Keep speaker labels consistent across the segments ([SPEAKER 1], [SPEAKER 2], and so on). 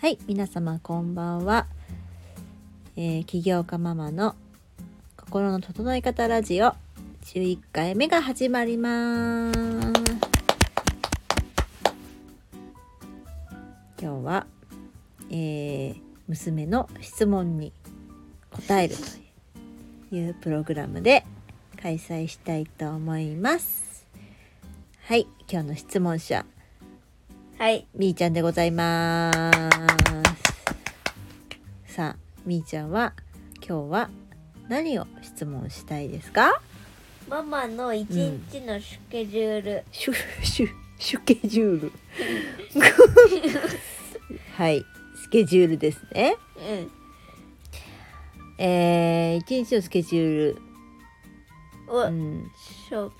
[SPEAKER 1] はい、皆様こんばんは。えー起業家ママの心の整え方ラジオ11回目が始まります。今日は、えー娘の質問に答えるというプログラムで開催したいと思います。はい、今日の質問者
[SPEAKER 2] はい。
[SPEAKER 1] みーちゃんでございます。さあ、みーちゃんは今日は何を質問したいですか？
[SPEAKER 2] ママの一日のスケジュール。
[SPEAKER 1] シュシュシュケジュール。 はい、スケジュールですね。
[SPEAKER 2] うん。
[SPEAKER 1] えー、一日のスケジュール、
[SPEAKER 2] を、
[SPEAKER 1] うん、
[SPEAKER 2] しょ、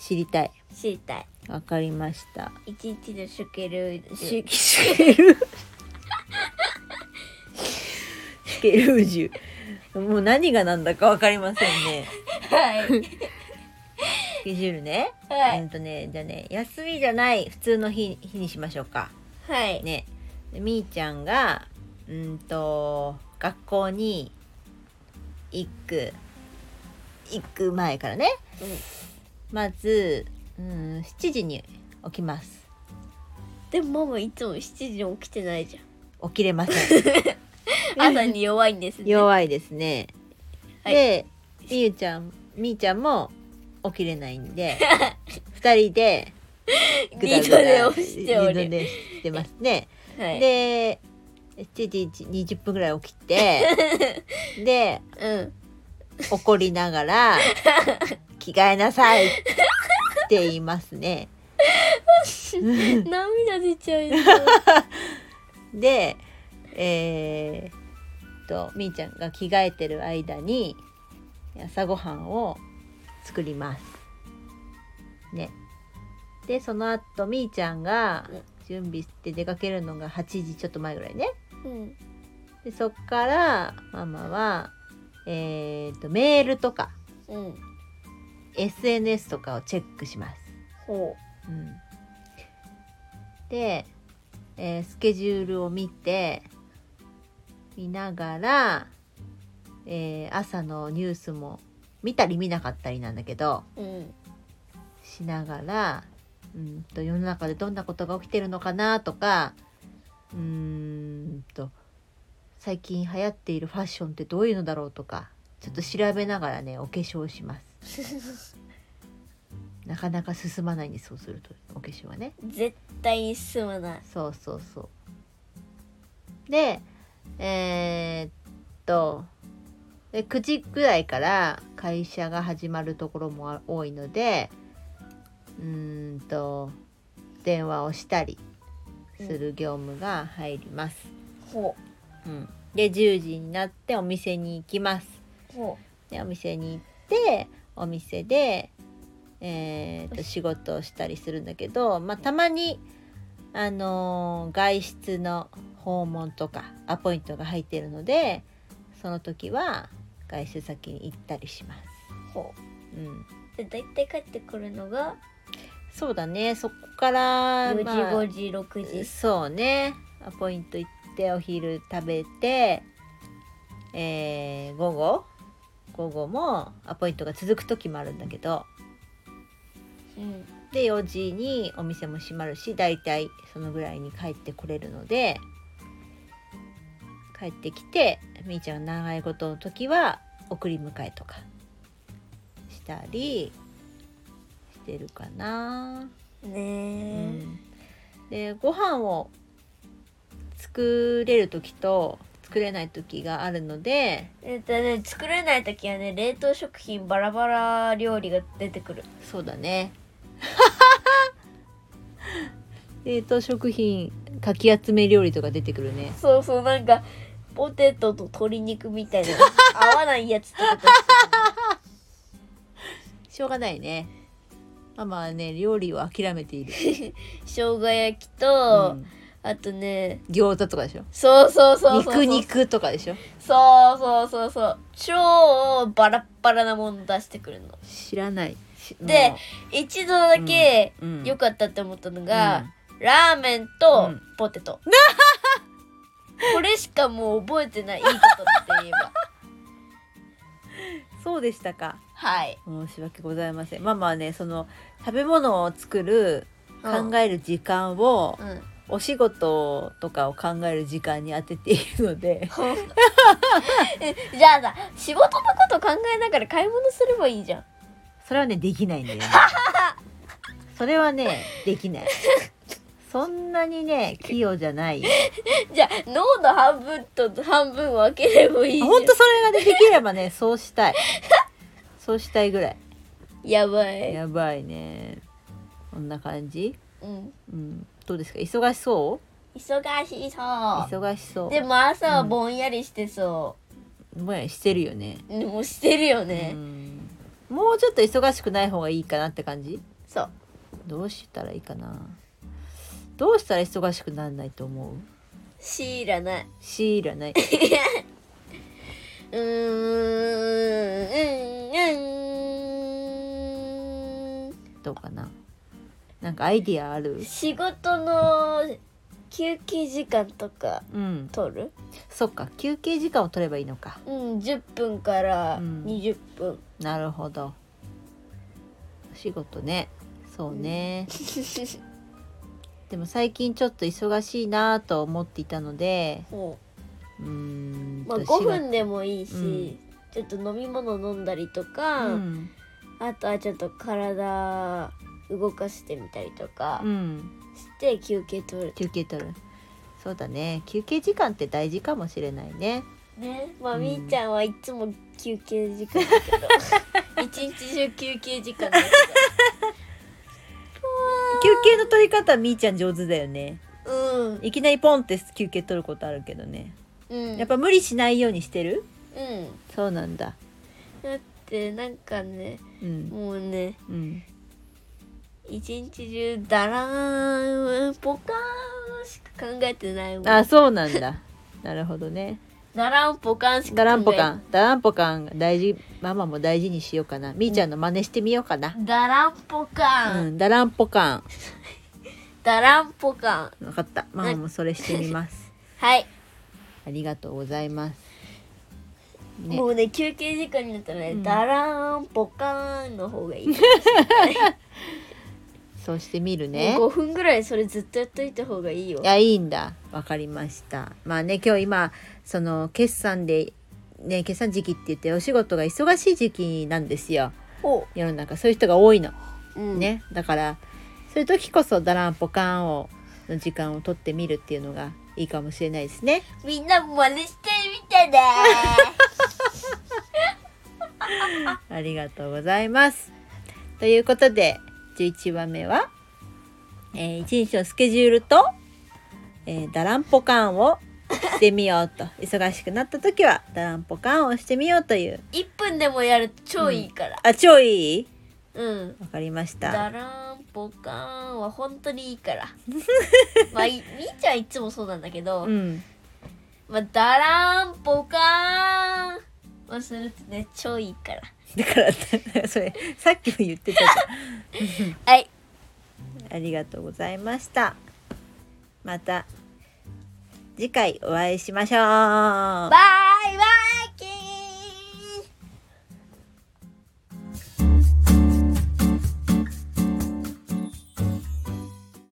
[SPEAKER 1] 知りたい。
[SPEAKER 2] 知りたい。
[SPEAKER 1] わかりました。
[SPEAKER 2] 一日のスケジュール。
[SPEAKER 1] シュシュケル。シュケルージュ。もう何が何だかわかりませんね。
[SPEAKER 2] はい。
[SPEAKER 1] スケジュールね。
[SPEAKER 2] は
[SPEAKER 1] うん
[SPEAKER 2] い。
[SPEAKER 1] とね、じゃあね、休みじゃない普通の日日にしましょうか。
[SPEAKER 2] はい。
[SPEAKER 1] ね。でみーちゃんが、うんと、学校に行く、行く前からね。まず、うん、7時に起きます。
[SPEAKER 2] でもママいつも7時に起きてないじ
[SPEAKER 1] 起きれませ ん。
[SPEAKER 2] ゃん。朝に弱いんですね。
[SPEAKER 1] 弱いですね。
[SPEAKER 2] はい
[SPEAKER 1] で、みゆちゃん、みーちゃんも起きれないん で、二人で、ぐだ
[SPEAKER 2] 二
[SPEAKER 1] ぐ
[SPEAKER 2] 度
[SPEAKER 1] だ
[SPEAKER 2] で起きてお
[SPEAKER 1] 二度
[SPEAKER 2] る。
[SPEAKER 1] 寝してますね。
[SPEAKER 2] はい。
[SPEAKER 1] で7時20分ぐらい起きて で
[SPEAKER 2] うん。
[SPEAKER 1] 怒りながら「着替えなさい」って言いますね。
[SPEAKER 2] 涙出ちゃうよ。
[SPEAKER 1] でえーっとみーちゃんが着替えてる間に朝ごはんを作ります。ね。でその後みーちゃんが準備して出かけるのが8時ちょっと前ぐらいね。
[SPEAKER 2] うん。
[SPEAKER 1] でそっからママは、えー、とメールとか
[SPEAKER 2] うん。
[SPEAKER 1] SNS とかをチェックします。
[SPEAKER 2] ほ
[SPEAKER 1] うん、で、えースケジュールを見て見ながら、えー朝のニュースも見たり見なかったりなんだけど
[SPEAKER 2] う。うん。
[SPEAKER 1] しながらうんと世の中でどんなことが起きてるのかなとかうーんと最近流行っているファッションってどういうのだろうとかちょっと調べながらねお化粧しますなかなか進まないんですそうするとお化粧はね
[SPEAKER 2] 絶対に進まない。
[SPEAKER 1] そうそうそうでえーっとで9時ぐらいから会社が始まるところもあ多いのでうーんと電話をしたりする業務が入ります、
[SPEAKER 2] ほ
[SPEAKER 1] うん、で10時になってお店に行きます
[SPEAKER 2] う。ほ
[SPEAKER 1] でお店に行ってお店で、えーと仕事をしたりするんだけど、まあ、たまに、あのー外出の訪問とかアポイントが入ってるのでその時は外出先に行ったりします。
[SPEAKER 2] う。ほ
[SPEAKER 1] うん、
[SPEAKER 2] う。で、大体帰ってくるのが
[SPEAKER 1] そうだねそこから
[SPEAKER 2] 4時、
[SPEAKER 1] まあ
[SPEAKER 2] 5時、6時。
[SPEAKER 1] そうねアポイント行ってお昼食べて、えー午後午後もアポイントが続く時もあるんだけど
[SPEAKER 2] うん。
[SPEAKER 1] で4時にお店も閉まるしだいたいそのぐらいに帰ってこれるので帰ってきてみーちゃんが長いことの時は送り迎えとかしたりしてるかな。う
[SPEAKER 2] ねえ。
[SPEAKER 1] んでご飯を作れる時と作れない時があるので
[SPEAKER 2] えっとね、作れない時はね冷凍食品バラバラ料理が出てくる
[SPEAKER 1] そうだね。 冷凍食品かき集め料理とか出てくるね。
[SPEAKER 2] そうそうなんかポテトと鶏肉み たいな合わないやつとか出て
[SPEAKER 1] しょうがないね。ママはね料理を諦めている。
[SPEAKER 2] くる生姜焼き
[SPEAKER 1] う
[SPEAKER 2] と、
[SPEAKER 1] ん、
[SPEAKER 2] あとね
[SPEAKER 1] 餃子とかでしょ。
[SPEAKER 2] そうそうそうそう
[SPEAKER 1] 肉肉とかでしょ。
[SPEAKER 2] そうそうそうそう超バラッバラなもの出してくるの
[SPEAKER 1] 知らない。し
[SPEAKER 2] で、一度だけ
[SPEAKER 1] もううん
[SPEAKER 2] 良かったって思ったのが、ラーメンと
[SPEAKER 1] うん
[SPEAKER 2] ポテト、これしかもう覚えてないいいことって言えば
[SPEAKER 1] そうでしたか
[SPEAKER 2] はい、
[SPEAKER 1] 申し訳ございませんママはねその食べ物を作る
[SPEAKER 2] うん
[SPEAKER 1] 考える時間を、
[SPEAKER 2] うん
[SPEAKER 1] お仕事とかを考える時間に当てているので
[SPEAKER 2] えじゃあさ仕事のこと考えながら買い物すればいいじゃん
[SPEAKER 1] それはねできないんだよ ねそれはねできないそんなにね器用じゃない
[SPEAKER 2] じゃあ脳の半分と半分分ければいいじゃん
[SPEAKER 1] ほんとそれがねできればねそうしたいそうしたいぐらい
[SPEAKER 2] やばい
[SPEAKER 1] やばいねこんな感じ
[SPEAKER 2] うん
[SPEAKER 1] うんどうですか忙しそ
[SPEAKER 2] 忙し
[SPEAKER 1] う
[SPEAKER 2] そ
[SPEAKER 1] 忙しそうう
[SPEAKER 2] でも朝はぼんやりしてそ
[SPEAKER 1] もやしてるよね
[SPEAKER 2] う、でもしてるよね、
[SPEAKER 1] うんもうちょっと忙しくない方がいいかなって感じ
[SPEAKER 2] そう
[SPEAKER 1] どうしたらいいかなどうしたら忙しくならないと思う
[SPEAKER 2] 強いらない
[SPEAKER 1] 強いらない
[SPEAKER 2] うーん、うん、うん。
[SPEAKER 1] どうかななんかアイディアある
[SPEAKER 2] 仕事の休憩時間とか
[SPEAKER 1] うん
[SPEAKER 2] 取る
[SPEAKER 1] そっか休憩時間を取ればいいのか
[SPEAKER 2] うん、10分から
[SPEAKER 1] うん
[SPEAKER 2] 20分。
[SPEAKER 1] なるほどお仕事ねそうね、でも最近ちょっと忙しいなぁと思っていたので
[SPEAKER 2] も
[SPEAKER 1] うーん
[SPEAKER 2] うまあ、
[SPEAKER 1] と
[SPEAKER 2] 5
[SPEAKER 1] 仕
[SPEAKER 2] 分でもいいし、
[SPEAKER 1] うん
[SPEAKER 2] ちょっと飲み物飲んだりと
[SPEAKER 1] 事
[SPEAKER 2] か、
[SPEAKER 1] うん、
[SPEAKER 2] あとはちょっと体動かしてみたりとか
[SPEAKER 1] うん、
[SPEAKER 2] して休憩取る。
[SPEAKER 1] 休憩取るそうだね休憩時間って大事かもしれないね
[SPEAKER 2] ね、ま
[SPEAKER 1] う
[SPEAKER 2] あ、
[SPEAKER 1] ん
[SPEAKER 2] みーちゃんはいつも休憩時間だけど 一日中休憩時間だけ
[SPEAKER 1] 休憩の取り方みーちゃん上手だよね
[SPEAKER 2] どうん
[SPEAKER 1] いきなりポンって休憩取ることあるけどね
[SPEAKER 2] うん
[SPEAKER 1] やっぱ無理しないようにしてる
[SPEAKER 2] うん
[SPEAKER 1] そうなんだ
[SPEAKER 2] だってなんかね
[SPEAKER 1] うん
[SPEAKER 2] もうね
[SPEAKER 1] うん
[SPEAKER 2] 一日中だらーんポカーンしか考えてないもん
[SPEAKER 1] あそうなんだ なるほどね
[SPEAKER 2] だらんポカーンしか考え
[SPEAKER 1] ダランポカンダランポカンが大事ママも大事にしようかなみーちゃんの真似してみようかな
[SPEAKER 2] だらんポカーン、
[SPEAKER 1] うんダランポカ
[SPEAKER 2] だらんポカーン
[SPEAKER 1] ンわかったママもそれしてみます
[SPEAKER 2] はい、
[SPEAKER 1] ありがとうございますね
[SPEAKER 2] もうね休憩時間になったらね、
[SPEAKER 1] うん
[SPEAKER 2] だらんポカーンの方がいい、
[SPEAKER 1] そうしてみるね
[SPEAKER 2] もう5分ぐらいそれずっとやっといた方がいいよ
[SPEAKER 1] いやいいんだわかりましたまあね今日今その決算でね決算時期って言ってお仕事が忙しい時期なんですよ
[SPEAKER 2] ほ
[SPEAKER 1] 世の中そういう人が多いの
[SPEAKER 2] う、うん、
[SPEAKER 1] ね、だからそういう時こそダランポカンをの時間を取ってみるっていうのがいいかもしれないですね
[SPEAKER 2] みんなも真似してみて ね
[SPEAKER 1] ありがとうございます。ということで11話目は、えー一日のスケジュールと、えー、ダランポカンをしてみよう と忙しくなった時はダランポカンをしてみようという
[SPEAKER 2] 一分でもやると超いいから
[SPEAKER 1] あ超いい
[SPEAKER 2] うん
[SPEAKER 1] わかりまし
[SPEAKER 2] だ
[SPEAKER 1] た
[SPEAKER 2] らんぽかーんは本当にいいから まあいみーちゃんいつもそうなんだけど、
[SPEAKER 1] うん
[SPEAKER 2] まあだらんぽかーんはするとね超いいから
[SPEAKER 1] だから それさっきも言ってたじ
[SPEAKER 2] はい
[SPEAKER 1] ゃんありがとうございましたまた次回お会いしましょう
[SPEAKER 2] バイ